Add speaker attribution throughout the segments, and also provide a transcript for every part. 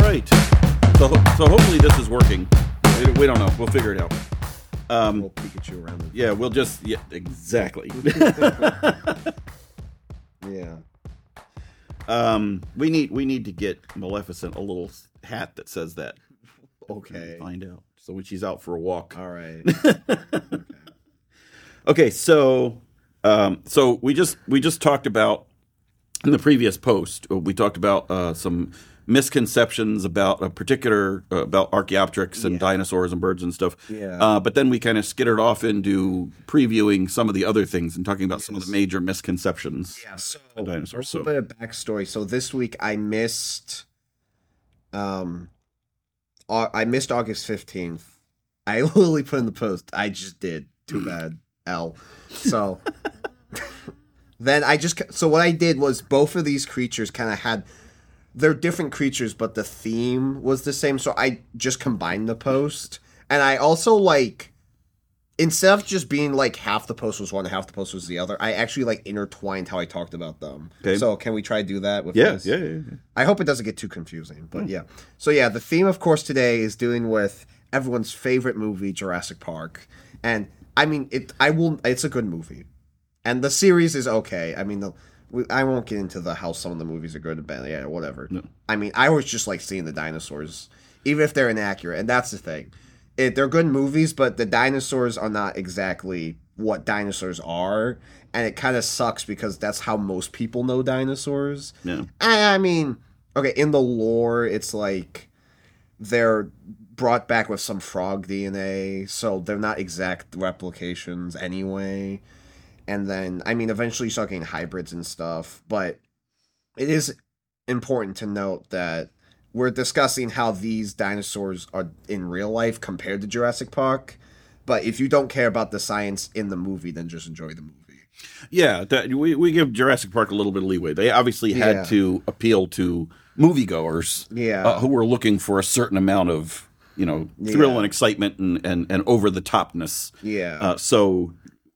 Speaker 1: right. So, ho- so hopefully this is working. We- We don't know. We'll figure it out.
Speaker 2: We'll Pikachu around. Him.
Speaker 1: Yeah, we'll just yeah, exactly.
Speaker 2: Yeah.
Speaker 1: um, we need we need to get Maleficent a little hat that says that.
Speaker 2: Okay.
Speaker 1: Find out. So when she's out for a walk.
Speaker 2: All right.
Speaker 1: Okay, so um, so we just we just talked about in the previous post uh, we talked about uh, some misconceptions about a particular uh, about Archaeopteryx and
Speaker 2: Yeah.
Speaker 1: dinosaurs and birds and stuff.
Speaker 2: Yeah.
Speaker 1: Uh, but then we kind of skittered off into previewing some of the other things and talking about some of the major misconceptions.
Speaker 2: Yeah, so
Speaker 1: A dinosaur,
Speaker 2: a
Speaker 1: so-
Speaker 2: little bit of backstory. So this week I missed, um, Au- I missed August fifteenth. I literally put in the post. I just did. Too bad. L. So then I just ca- so what I did was both of these creatures kind of had they're different creatures, but the theme was the same. So I just combined the post, and I also like instead of just being like half the post was one, half the post was the other, I actually like intertwined how I talked about them.
Speaker 1: Okay.
Speaker 2: So can we try to do that with
Speaker 1: Yeah,
Speaker 2: this?
Speaker 1: yeah, yeah, yeah.
Speaker 2: I hope it doesn't get too confusing, but yeah. So yeah, the theme of course today is dealing with everyone's favorite movie, Jurassic Park. And I mean it I will it's a good movie. And the series is okay. I mean the we, I won't get into the how some of the movies are good and bad, yeah, whatever. I mean, I always just like seeing the dinosaurs, even if they're inaccurate, and that's the thing. It, they're good movies, but the dinosaurs are not exactly what dinosaurs are, and it kind of sucks because that's how most people know dinosaurs.
Speaker 1: Yeah.
Speaker 2: I, I mean, okay, in the lore, it's like they're brought back with some frog DNA, so they're not exact replications anyway. And then, I mean, eventually you start getting hybrids and stuff, but it is important to note that we're discussing how these dinosaurs are in real life compared to Jurassic Park. But if you don't care about the science in the movie, then just enjoy the movie.
Speaker 1: Yeah, that, we we give Jurassic Park a little bit of leeway. They obviously had
Speaker 2: Yeah.
Speaker 1: to appeal to moviegoers,
Speaker 2: Yeah.
Speaker 1: uh, who were looking for a certain amount of you know thrill
Speaker 2: Yeah.
Speaker 1: and excitement and and, and over the topness.
Speaker 2: Yeah.
Speaker 1: Uh, so,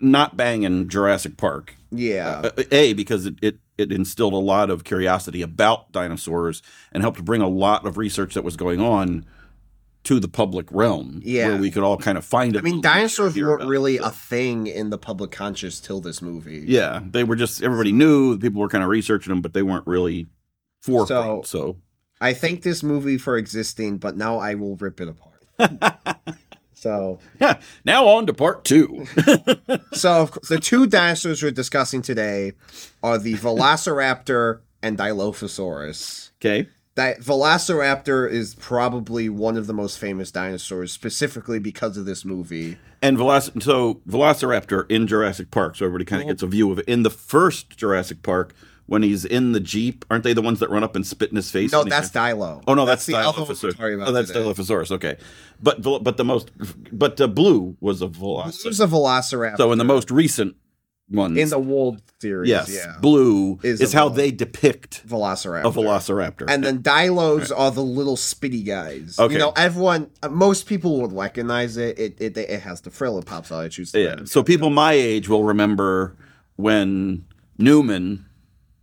Speaker 1: not banging Jurassic Park.
Speaker 2: yeah.
Speaker 1: Uh, a because it, it it instilled a lot of curiosity about dinosaurs and helped bring a lot of research that was going on to the public realm.
Speaker 2: Yeah.
Speaker 1: where we could all kind of find.
Speaker 2: I mean, dinosaurs weren't really a thing in the public conscious till this movie.
Speaker 1: Yeah, they were just everybody knew people were kind of researching them, but they weren't really forefront. So,
Speaker 2: I thank this movie for existing, but now I will rip it apart. so,
Speaker 1: yeah. Now on to part two.
Speaker 2: so of course, the two dinosaurs we're discussing today are the Velociraptor and Dilophosaurus.
Speaker 1: okay.
Speaker 2: That Velociraptor is probably one of the most famous dinosaurs, specifically because of this movie.
Speaker 1: And Veloc- so Velociraptor in Jurassic Park, so everybody kind of gets a view of it. In the first Jurassic Park, when he's in the jeep, aren't they the ones that run up and spit in his face?
Speaker 2: No,
Speaker 1: when he-
Speaker 2: that's Dilo.
Speaker 1: oh no, that's,
Speaker 2: the other one we're
Speaker 1: Dilophosaurus.
Speaker 2: talking about
Speaker 1: oh, that's
Speaker 2: today.
Speaker 1: Dilophosaurus. Okay, but Vel- but the most but uh, blue was a Velociraptor.
Speaker 2: Who's a Velociraptor
Speaker 1: So in the most recent ones,
Speaker 2: in the Wold series?
Speaker 1: yes,
Speaker 2: yeah.
Speaker 1: blue is,
Speaker 2: Is a
Speaker 1: how
Speaker 2: Velo-
Speaker 1: they depict
Speaker 2: Velociraptor.
Speaker 1: a Velociraptor.
Speaker 2: And then Dilos are the little spitty guys.
Speaker 1: Okay.
Speaker 2: You know, everyone, uh, most people would recognize it. It it, it has the frill. It pops out. It shoots. the
Speaker 1: Yeah.
Speaker 2: red.
Speaker 1: So people my age will remember when Newman.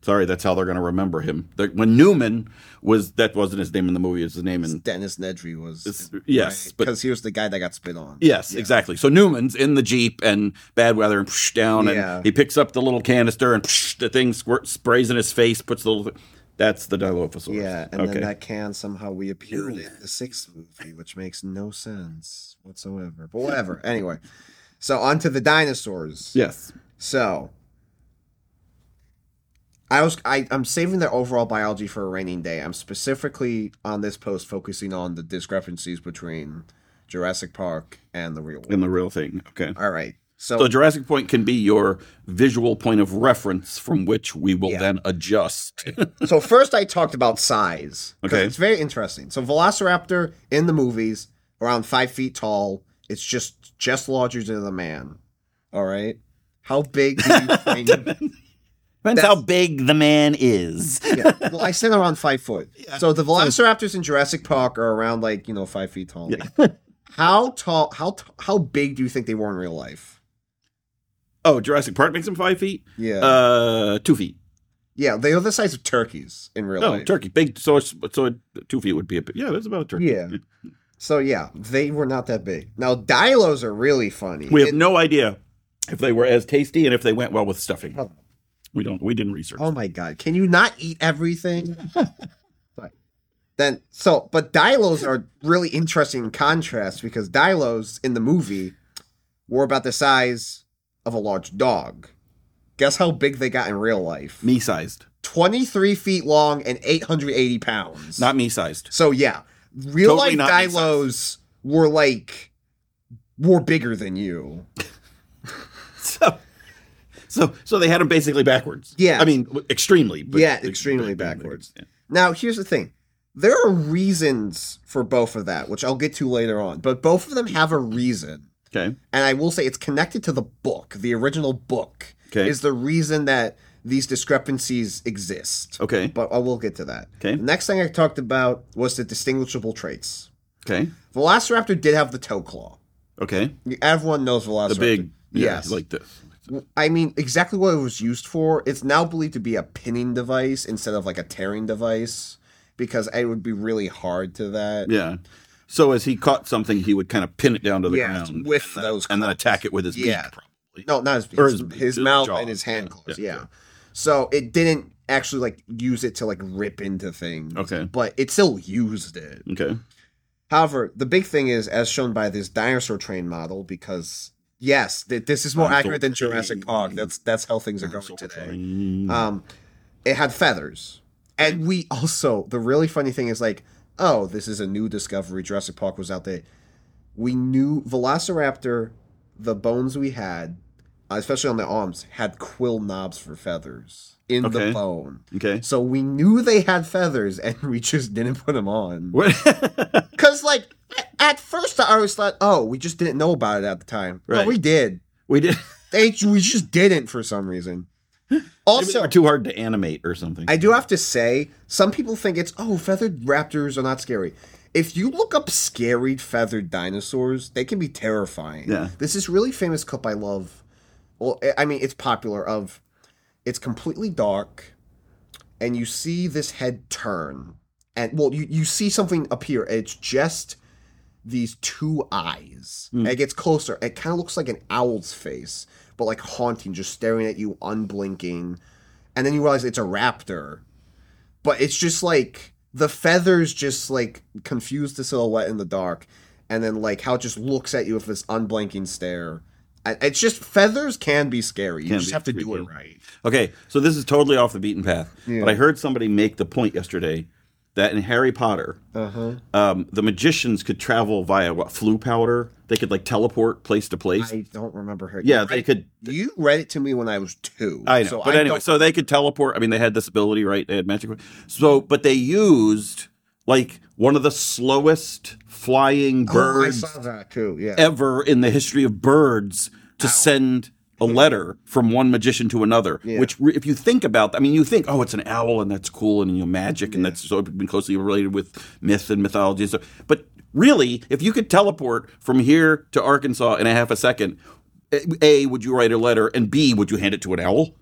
Speaker 1: Sorry, that's how they're going to remember him. That- When Newman was that wasn't his name in the movie. It's his name in
Speaker 2: Dennis Nedry was
Speaker 1: yes, but-
Speaker 2: because he was the guy that got spit on.
Speaker 1: yes, exactly. So Newman's in the jeep and bad weather and psh, down and
Speaker 2: Yeah.
Speaker 1: he picks up the little canister and psh, the thing squirts, sprays in his face, puts the little. That's the Dilophosaurus.
Speaker 2: Yeah, and
Speaker 1: okay.
Speaker 2: then that can somehow reappeared in the sixth movie, which makes no sense whatsoever. But whatever. anyway, so on to the dinosaurs.
Speaker 1: yes.
Speaker 2: So I was I, I'm saving their overall biology for a raining day. I'm specifically on this post focusing on the discrepancies between Jurassic Park and the real world.
Speaker 1: In the real thing. Okay.
Speaker 2: All right. So,
Speaker 1: So Jurassic Point can be your visual point of reference from which we will
Speaker 2: Yeah.
Speaker 1: then adjust.
Speaker 2: so first I talked about size. 'cause
Speaker 1: Okay.
Speaker 2: It's very interesting. So Velociraptor in the movies, around five feet tall, it's just just larger than a man. All right. How big do you think
Speaker 1: Depends how big the man is.
Speaker 2: yeah. Well, I said around five foot. So the Velociraptors in Jurassic Park are around like you know five feet tall. how tall? How t- how big do you think they were in real life?
Speaker 1: Oh, Jurassic Park makes him five feet.
Speaker 2: Yeah.
Speaker 1: Uh, two feet.
Speaker 2: Yeah, they are the size of turkeys in real
Speaker 1: No,
Speaker 2: life.
Speaker 1: turkey. Big. So it's, so it, two feet would be a bit. Yeah, that's about a turkey.
Speaker 2: Yeah. So yeah, they were not that big. Now Dilos are really funny.
Speaker 1: We have
Speaker 2: It-
Speaker 1: no idea if they were as tasty and if they went well with stuffing.
Speaker 2: Oh.
Speaker 1: We don't. We didn't research.
Speaker 2: oh my god, can you not eat everything? But then so, but Dilos are really interesting in contrast because Dilos in the movie were about the size of a large dog. Guess how big they got in real life?
Speaker 1: Me sized,
Speaker 2: 23 feet long and 880 pounds.
Speaker 1: not me sized.
Speaker 2: So yeah, real
Speaker 1: Totally
Speaker 2: life
Speaker 1: not makes
Speaker 2: Dilos were like were bigger than you.
Speaker 1: So, so, so they had them basically backwards.
Speaker 2: Yeah.
Speaker 1: I mean, w- extremely. but-
Speaker 2: Yeah, extremely backwards. Now here's the thing. There are reasons for both of that, which I'll get to later on, but both of them have a reason.
Speaker 1: Okay.
Speaker 2: And I will say it's connected to the book. The original book
Speaker 1: Okay.
Speaker 2: is the reason that these discrepancies exist.
Speaker 1: Okay.
Speaker 2: But I will get to that.
Speaker 1: Okay.
Speaker 2: The next thing I talked about was the distinguishable traits.
Speaker 1: Okay.
Speaker 2: Velociraptor did have the toe claw.
Speaker 1: Okay.
Speaker 2: Everyone knows Velociraptor.
Speaker 1: The big. Yeah,
Speaker 2: yes.
Speaker 1: Like this.
Speaker 2: I mean, exactly what it was used for. It's now believed to be a pinning device instead of like a tearing device because it would be really hard to that.
Speaker 1: Yeah. So as he caught something, he would kind of pin it down to the
Speaker 2: Yeah,
Speaker 1: ground
Speaker 2: with those
Speaker 1: and then attack it with his
Speaker 2: Yeah.
Speaker 1: beak. Probably.
Speaker 2: No, not his,
Speaker 1: Or
Speaker 2: his,
Speaker 1: his-
Speaker 2: his,
Speaker 1: his
Speaker 2: mouth
Speaker 1: jaw.
Speaker 2: and his hand
Speaker 1: Yeah,
Speaker 2: claws. Yeah,
Speaker 1: yeah, yeah.
Speaker 2: So it didn't actually like use it to like rip into things.
Speaker 1: Okay.
Speaker 2: But it still used it.
Speaker 1: Okay.
Speaker 2: However, the big thing is, as shown by this dinosaur train model, because yes, th- this is more
Speaker 1: Dinosaur
Speaker 2: accurate than Jurassic
Speaker 1: train.
Speaker 2: Park. That's that's how things are going
Speaker 1: Soul
Speaker 2: today.
Speaker 1: train.
Speaker 2: Um, it had feathers, and we also the really funny thing is like, oh, this is a new discovery. Jurassic Park was out there. We knew Velociraptor, the bones we had, uh, especially on the arms, had quill knobs for feathers in
Speaker 1: Okay.
Speaker 2: the bone.
Speaker 1: okay.
Speaker 2: So we knew they had feathers, and we just didn't put them on.
Speaker 1: What?
Speaker 2: Cause like a- at first I always thought, oh, we just didn't know about it at the time. But
Speaker 1: Right.
Speaker 2: we did.
Speaker 1: we did.
Speaker 2: They we just didn't for some reason.
Speaker 1: Maybe they
Speaker 2: Also,
Speaker 1: were too hard to animate or something.
Speaker 2: I do have to say, some people think it's oh, feathered raptors are not scary. If you look up scary feathered dinosaurs, they can be terrifying.
Speaker 1: Yeah.
Speaker 2: This is really famous clip I love. Well, eh, I- I mean, it's popular. Of it's completely dark, and you see this head turn, and well, you you see something appear. and It's just these two eyes.
Speaker 1: Hmm.
Speaker 2: And it gets closer. It kind of looks like an owl's face, but like haunting, just staring at you, unblinking. And then you realize it's a raptor. But it's just like the feathers just like confuse the silhouette in the dark. And then like how it just looks at you with this unblinking stare. I- It's just feathers can be scary. You
Speaker 1: Can
Speaker 2: just
Speaker 1: be
Speaker 2: have to do it
Speaker 1: creepy.
Speaker 2: right.
Speaker 1: Okay, so this is totally off the beaten path.
Speaker 2: Yeah.
Speaker 1: But I heard somebody make the point yesterday that in Harry Potter,
Speaker 2: Uh huh.
Speaker 1: um, the magicians could travel via what flu powder. They could like teleport place to place.
Speaker 2: I don't remember her.
Speaker 1: yeah, they could.
Speaker 2: You read it to me when I was two.
Speaker 1: I know,
Speaker 2: so
Speaker 1: but anyway,
Speaker 2: don't-
Speaker 1: so they could teleport. I mean, they had this ability, right? They had magic. So, but they used like one of the slowest flying
Speaker 2: Oh, I
Speaker 1: birds
Speaker 2: saw that too. Yeah.
Speaker 1: ever in the history of birds to send a letter from one magician to another.
Speaker 2: Yeah.
Speaker 1: Which, re- if you think about, I mean, you think, oh, it's an owl and that's cool and you know magic and that's so been closely related with myth and mythology. And stuff. But really, if you could teleport from here to Arkansas in a half a second, a- a would you write a letter and b would you hand it to an owl?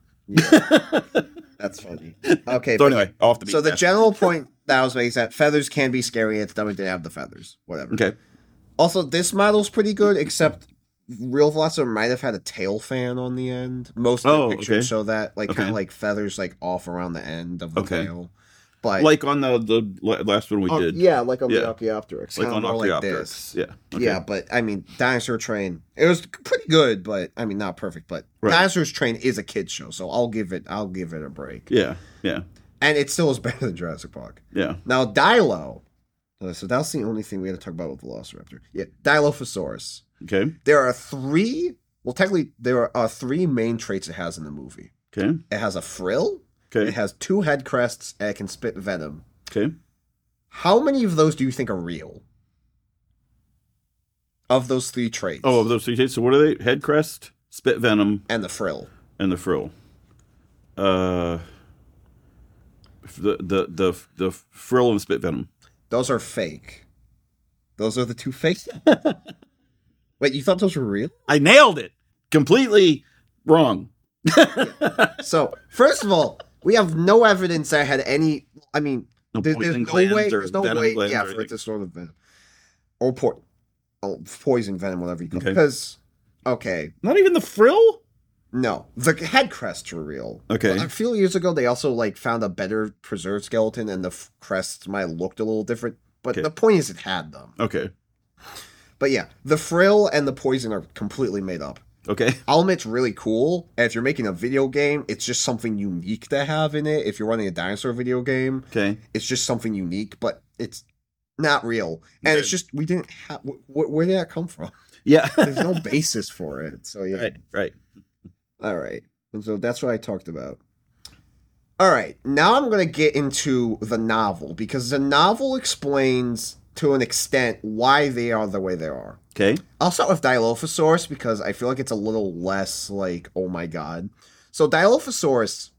Speaker 2: That's funny. Okay.
Speaker 1: So
Speaker 2: but-
Speaker 1: anyway, off the beat.
Speaker 2: so the
Speaker 1: path.
Speaker 2: general point that I was making is that feathers can be scary. It's dumb to have the feathers. Whatever.
Speaker 1: okay,
Speaker 2: Also, this model's pretty good, except real Velociraptor might have had a tail fan on the end. Most of
Speaker 1: Oh,
Speaker 2: the pictures
Speaker 1: okay.
Speaker 2: show that, like kind
Speaker 1: Okay.
Speaker 2: of like feathers like off around the end of the
Speaker 1: Okay.
Speaker 2: tail. But
Speaker 1: like on the the la- last one we
Speaker 2: on-
Speaker 1: did,
Speaker 2: Oh, yeah, like on
Speaker 1: Yeah.
Speaker 2: the Archaeopteryx,
Speaker 1: like
Speaker 2: kinda
Speaker 1: on
Speaker 2: more like
Speaker 1: Archaeopteryx,
Speaker 2: this.
Speaker 1: yeah,
Speaker 2: Yeah, but I mean, Dinosaur Train. It was pretty good, but I mean, not perfect. But
Speaker 1: Right.
Speaker 2: Dinosaur's Train is a kid show, so I'll give it. I'll give it a break,
Speaker 1: yeah, yeah,
Speaker 2: and it still is better than Jurassic Park.
Speaker 1: yeah.
Speaker 2: Now, Dilo. uh, So that's the only thing we had to talk about with Velociraptor. Yeah, Dilophosaurus.
Speaker 1: Okay,
Speaker 2: There are three. Well, technically, there are uh, three main traits it has in the movie.
Speaker 1: okay,
Speaker 2: It has a frill. It
Speaker 1: okay,
Speaker 2: has two head crests, and it can spit venom.
Speaker 1: okay.
Speaker 2: How many of those do you think are real? Of those three traits.
Speaker 1: Oh, of those three tastes. So what are they? Head crest, spit venom,
Speaker 2: and the frill.
Speaker 1: and the frill. Uh, the the the the frill and spit venom.
Speaker 2: Those are fake. Those are the two fake. Wait, you thought those were real?
Speaker 1: I nailed it. Completely wrong.
Speaker 2: So, first of all, We have no evidence that had any. I mean,
Speaker 1: No
Speaker 2: there-
Speaker 1: poison
Speaker 2: there's no
Speaker 1: glands
Speaker 2: way.
Speaker 1: or
Speaker 2: There's no
Speaker 1: venom
Speaker 2: way.
Speaker 1: glands
Speaker 2: Yeah,
Speaker 1: or
Speaker 2: for it
Speaker 1: anything.
Speaker 2: to sort of venom or po- oh, poison venom, whatever you call
Speaker 1: Okay.
Speaker 2: it. Because okay,
Speaker 1: Not even the frill.
Speaker 2: no, the head crests were real.
Speaker 1: Okay.
Speaker 2: A few years ago, they also like found a better preserved skeleton, and the f- crests might have looked a little different. But
Speaker 1: Okay.
Speaker 2: the point is, it had them.
Speaker 1: Okay.
Speaker 2: But yeah, the frill and the poison are completely made up.
Speaker 1: Okay.
Speaker 2: I'll admit it's really cool. And if you're making a video game, it's just something unique to have in it. If you're running a dinosaur video game,
Speaker 1: Okay.
Speaker 2: it's just something unique, but it's not real. And it's
Speaker 1: Okay.
Speaker 2: just we didn't have. Wh- wh- where did that come from?
Speaker 1: Yeah.
Speaker 2: There's no basis for it. So yeah.
Speaker 1: right. Right.
Speaker 2: All right. And so that's what I talked about. All right. Now I'm going to get into the novel because the novel explains to an extent why they are the way they are.
Speaker 1: Okay.
Speaker 2: I'll start with Dilophosaurus because I feel like it's a little less like, oh my god. So Dilophosaurus,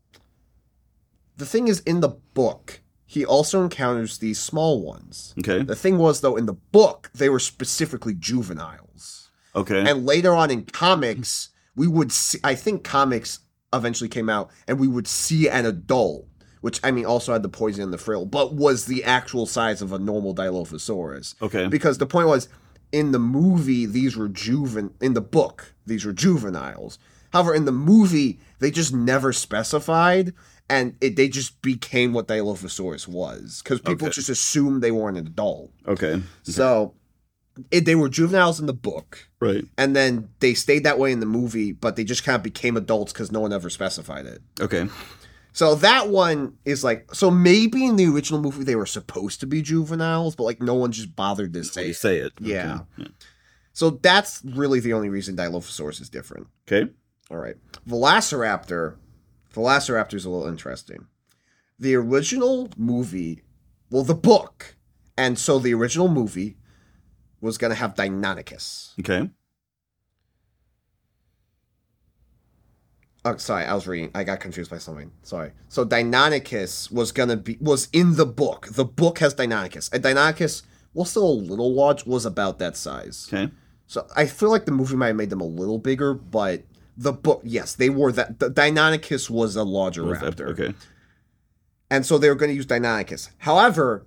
Speaker 2: the thing is in the book, he also encounters these small ones.
Speaker 1: Okay.
Speaker 2: The thing was though, in the book, they were specifically juveniles.
Speaker 1: Okay.
Speaker 2: And later on in comics, we would see I think comics eventually came out and we would see an adult, which I mean also had the poison and the frill, but was the actual size of a normal Dilophosaurus
Speaker 1: okay.
Speaker 2: because the point was in the movie these were juven in the book these were juveniles however in the movie they just never specified and it, they just became what dilophosaurus was because people
Speaker 1: Okay.
Speaker 2: just assumed they weren't an adult
Speaker 1: okay.
Speaker 2: so it, they were juveniles in the book
Speaker 1: Right.
Speaker 2: and then they stayed that way in the movie but they just kind of became adults because no one ever specified it
Speaker 1: Okay.
Speaker 2: so that one is like so maybe in the original movie they were supposed to be juveniles but like no one just bothered to say
Speaker 1: Say, say
Speaker 2: it.
Speaker 1: it.
Speaker 2: Yeah.
Speaker 1: Okay.
Speaker 2: So that's really the only reason Dilophosaurus is different.
Speaker 1: Okay.
Speaker 2: All right. Velociraptor. Velociraptor is a little interesting. The original movie, well, the book, and so the original movie was going to have Deinonychus.
Speaker 1: Okay.
Speaker 2: Oh, sorry, I was reading. I got confused by something. Sorry. So Deinonychus was going to be, was in the book. The book has Deinonychus. And Deinonychus, while still a little large, was about that size.
Speaker 1: Okay.
Speaker 2: So I feel like the movie might have made them a little bigger, but the book, yes, they were that. The Deinonychus was a larger
Speaker 1: Was that-
Speaker 2: raptor,
Speaker 1: Okay.
Speaker 2: and so they were going to use Deinonychus. However,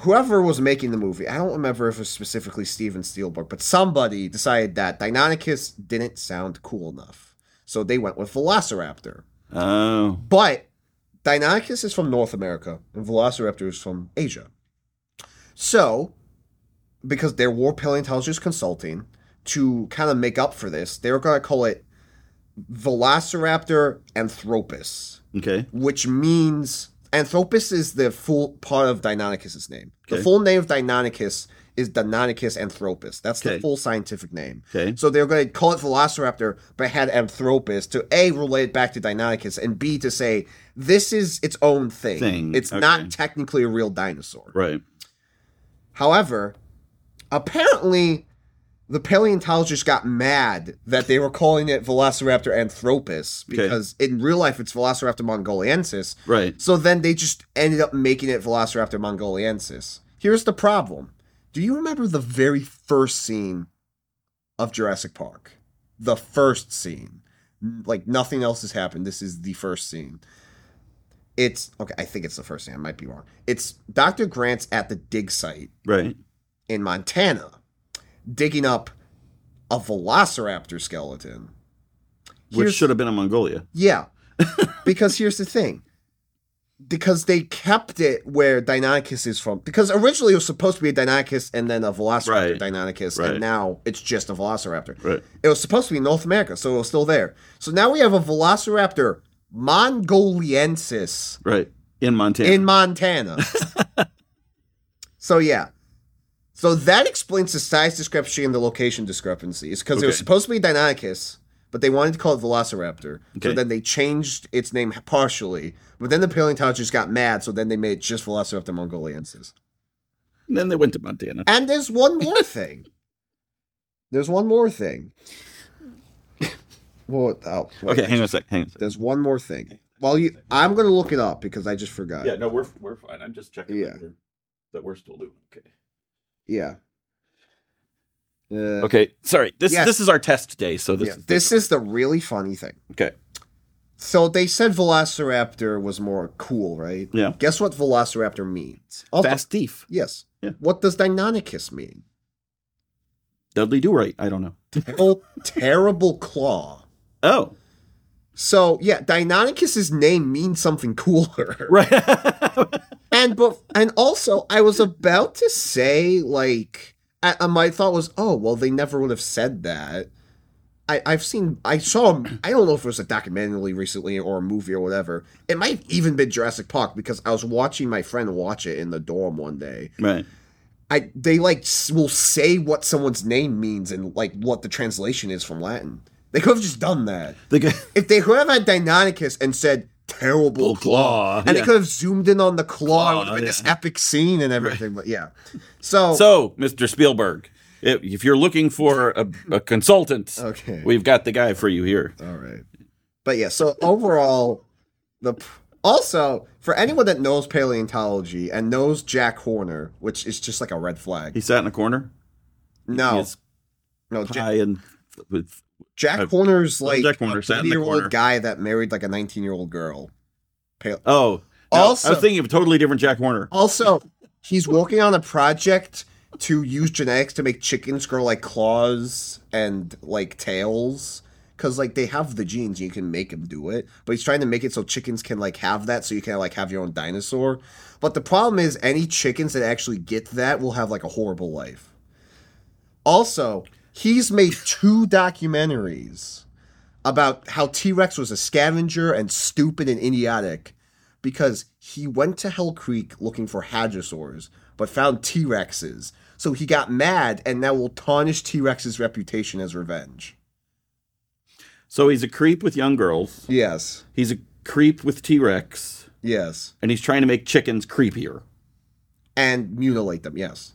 Speaker 2: whoever was making the movie, I don't remember if it was specifically Steven Spielberg, but somebody decided that Deinonychus didn't sound cool enough, so they went with Velociraptor.
Speaker 1: Oh.
Speaker 2: But Deinonychus is from North America and Velociraptor is from Asia. So, because there were paleontologists consulting to kind of make up for this, they were going to call it Velociraptor Anthropus,
Speaker 1: Okay.
Speaker 2: which means Anthropus is the full part of Deinonychus's name.
Speaker 1: Okay.
Speaker 2: The full name of Deinonychus is Deinonychus Anthropus. That's
Speaker 1: Okay.
Speaker 2: the full scientific name.
Speaker 1: Okay.
Speaker 2: So they were going to call it Velociraptor, but had Anthropus to A, relate it back to Deinonychus, and B, to say this is its own thing.
Speaker 1: Thing,
Speaker 2: It's
Speaker 1: okay.
Speaker 2: not technically a real dinosaur.
Speaker 1: Right.
Speaker 2: However, apparently, the paleontologists got mad that they were calling it Velociraptor Anthropus
Speaker 1: Okay.
Speaker 2: because in real life it's Velociraptor mongoliensis.
Speaker 1: Right.
Speaker 2: So then they just ended up making it Velociraptor mongoliensis. Here's the problem. Do you remember the very first scene of Jurassic Park? The first scene. Like nothing else has happened. This is the first scene. It's okay, I think it's the first scene. I might be wrong. It's Dr. Grant's at the dig site
Speaker 1: Right.
Speaker 2: in Montana digging up a velociraptor skeleton.
Speaker 1: Which
Speaker 2: Here's-
Speaker 1: should have been in Mongolia.
Speaker 2: yeah. because here's the thing. Because they kept it where Deinonychus is from. Because originally it was supposed to be a Deinonychus and then a Velociraptor
Speaker 1: Right.
Speaker 2: Deinonychus,
Speaker 1: Right.
Speaker 2: and now it's just a Velociraptor.
Speaker 1: Right.
Speaker 2: It was supposed to be North America, so it was still there. So now we have a Velociraptor Mongoliensis
Speaker 1: Right. In Montana.
Speaker 2: in Montana. so yeah. So that explains the size discrepancy and the location discrepancy. It's because it was
Speaker 1: Okay.
Speaker 2: supposed to be Deinonychus, but they wanted to call it Velociraptor. So
Speaker 1: Okay.
Speaker 2: then they changed its name partially. But then the paleontologists got mad, so then they made it just Velociraptor mongoliensis.
Speaker 1: And then they went to Montana.
Speaker 2: And there's one more thing. There's one more thing. well, oh, wait.
Speaker 1: Okay. Hang on a sec. Hang on a sec.
Speaker 2: There's one more thing. While you, I'm gonna look it up because I just forgot.
Speaker 1: no, we're we're fine. I'm just checking
Speaker 2: that Yeah.
Speaker 1: we're, that we're still doing okay.
Speaker 2: Yeah. Uh,
Speaker 1: Okay, sorry. This
Speaker 2: Yes.
Speaker 1: this is our test day, so this
Speaker 2: yeah.
Speaker 1: is
Speaker 2: This is the really funny thing.
Speaker 1: okay.
Speaker 2: So they said Velociraptor was more cool, right?
Speaker 1: Yeah.
Speaker 2: Guess what Velociraptor means? Also,
Speaker 1: Fast thief.
Speaker 2: Yes.
Speaker 1: Yeah.
Speaker 2: What does Deinonychus mean?
Speaker 1: Dudley Do Right. I don't know.
Speaker 2: Terrible, terrible claw.
Speaker 1: Oh,
Speaker 2: So yeah, Deinonychus's name means something cooler.
Speaker 1: right.
Speaker 2: and but and also I was about to say like I, I- my thought was oh well they never would have said that. I, I've seen I saw I don't know if it was a documentary recently or a movie or whatever. It might have even been Jurassic Park because I was watching my friend watch it in the dorm one day.
Speaker 1: right.
Speaker 2: I they like s- will say what someone's name means and like what the translation is from Latin. They could have just done that
Speaker 1: The guy.
Speaker 2: if they could have had Deinonychus and said terrible
Speaker 1: Bull claw,
Speaker 2: claw, and
Speaker 1: yeah.
Speaker 2: they could have zoomed in on the claw, it would
Speaker 1: Claw,
Speaker 2: have been
Speaker 1: yeah.
Speaker 2: this epic scene and everything. But yeah, so,
Speaker 1: So, Mr. Spielberg, if if you're looking for a, a consultant,
Speaker 2: Okay.
Speaker 1: we've got the guy for you here.
Speaker 2: all right, but yeah, so overall, the p- also for anyone that knows paleontology and knows Jack Horner, which is just like a red flag.
Speaker 1: He sat in a corner.
Speaker 2: No,
Speaker 1: His
Speaker 2: no, Ja-
Speaker 1: pie and with
Speaker 2: Jack
Speaker 1: uh,
Speaker 2: Horner's like
Speaker 1: Jack Horner sat in the
Speaker 2: year
Speaker 1: corner.
Speaker 2: old guy that married like a nineteen year old girl. Pale-
Speaker 1: oh. no, I
Speaker 2: Also-
Speaker 1: was thinking of a totally different Jack Horner.
Speaker 2: Also, he's working on a project to use genetics to make chickens grow like claws and like tails because like they have the genes you can make them do it but he's trying to make it so chickens can like have that so you can like have your own dinosaur but the problem is any chickens that actually get that will have like a horrible life also he's made two documentaries about how t-rex was a scavenger and stupid and idiotic because he went to Hell Creek looking for hadrosaurs, but found T Rexes. So he got mad and now will tarnish T Rex's reputation as revenge.
Speaker 1: So he's a creep with young girls.
Speaker 2: Yes,
Speaker 1: He's a creep with T Rex,
Speaker 2: yes.
Speaker 1: and he's trying to make chickens creepier.
Speaker 2: And mutilate them, yes.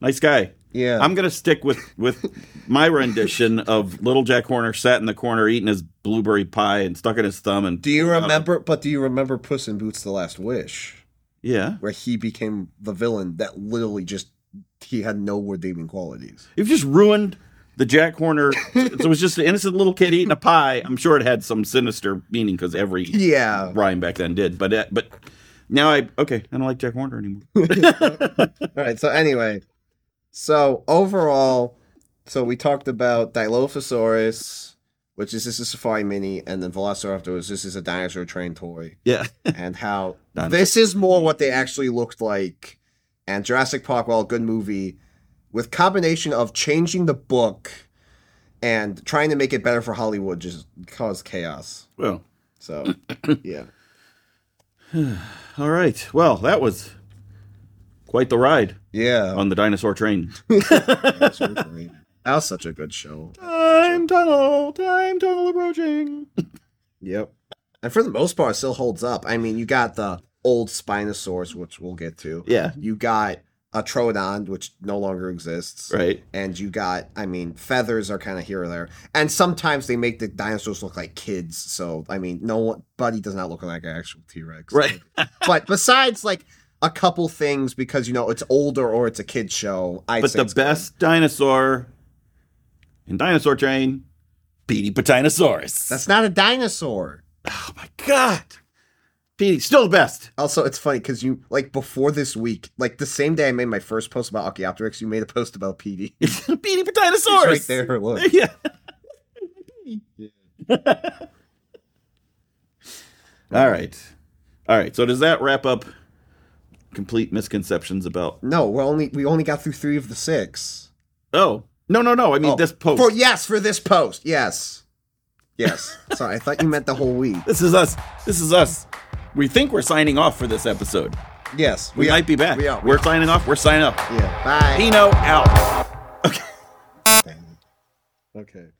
Speaker 1: Nice guy.
Speaker 2: Yeah.
Speaker 1: I'm gonna stick with with my rendition of Little Jack Horner sat in the corner eating his blueberry pie and stuck in his thumb and
Speaker 2: do you remember, but do you remember Puss in Boots The Last Wish,
Speaker 1: yeah.
Speaker 2: where he became the villain that literally just, he had no redeeming qualities?
Speaker 1: You've just ruined the Jack Horner. so it was just an innocent little kid eating a pie. I'm sure it had some sinister meaning because every
Speaker 2: Yeah.
Speaker 1: rhyme back then did. But uh, but now I okay. I don't like Jack Horner anymore.
Speaker 2: All right. So anyway, so overall, so we talked about Dilophosaurus, which is this is a safari mini, and then Velociraptor was this is a dinosaur train toy,
Speaker 1: Yeah.
Speaker 2: and how
Speaker 1: Dinosaur.
Speaker 2: this is more what they actually looked like. And Jurassic Park, while a good movie, with combination of changing the book and trying to make it better for Hollywood, just caused chaos.
Speaker 1: well.
Speaker 2: So yeah.
Speaker 1: All right. Well, that was quite the ride
Speaker 2: Yeah,
Speaker 1: on the dinosaur train.
Speaker 2: that's really great. that was such a good show.
Speaker 1: Time tunnel. Time tunnel approaching.
Speaker 2: Yep. And for the most part, it still holds up. I mean, you got the old Spinosaurus, which we'll get to.
Speaker 1: Yeah.
Speaker 2: You got a Troodon, which no longer exists.
Speaker 1: Right.
Speaker 2: And you got, I mean, feathers are kind of here or there. And sometimes they make the dinosaurs look like kids. So, I mean, no one, Buddy does not look like an actual T Rex.
Speaker 1: Right.
Speaker 2: But besides, like, a couple things because, you know, it's older or it's a kid show. I'd
Speaker 1: But
Speaker 2: say
Speaker 1: the
Speaker 2: it's good.
Speaker 1: best dinosaur in Dinosaur Train, Petey Patinosaurus.
Speaker 2: That's not a dinosaur.
Speaker 1: oh my god. Petey, still the best.
Speaker 2: Also, it's funny because you like before this week, like the same day I made my first post about Archaeopteryx, you made a post about PD. It's
Speaker 1: Petey Patinosaurus.
Speaker 2: right there. Look.
Speaker 1: Yeah. All right. All right. So does that wrap up complete misconceptions about
Speaker 2: No, we're only we only got through three of the six.
Speaker 1: Oh. No, no, no. I mean
Speaker 2: Oh,
Speaker 1: this post.
Speaker 2: For yes, for this post, yes, yes. Sorry, I thought you meant the whole week.
Speaker 1: This is us. This is us. We think we're signing off for this episode.
Speaker 2: Yes,
Speaker 1: We,
Speaker 2: are-
Speaker 1: might be back.
Speaker 2: We are.
Speaker 1: are signing off. We're signing up.
Speaker 2: yeah. Bye.
Speaker 1: Dino out.
Speaker 2: Okay.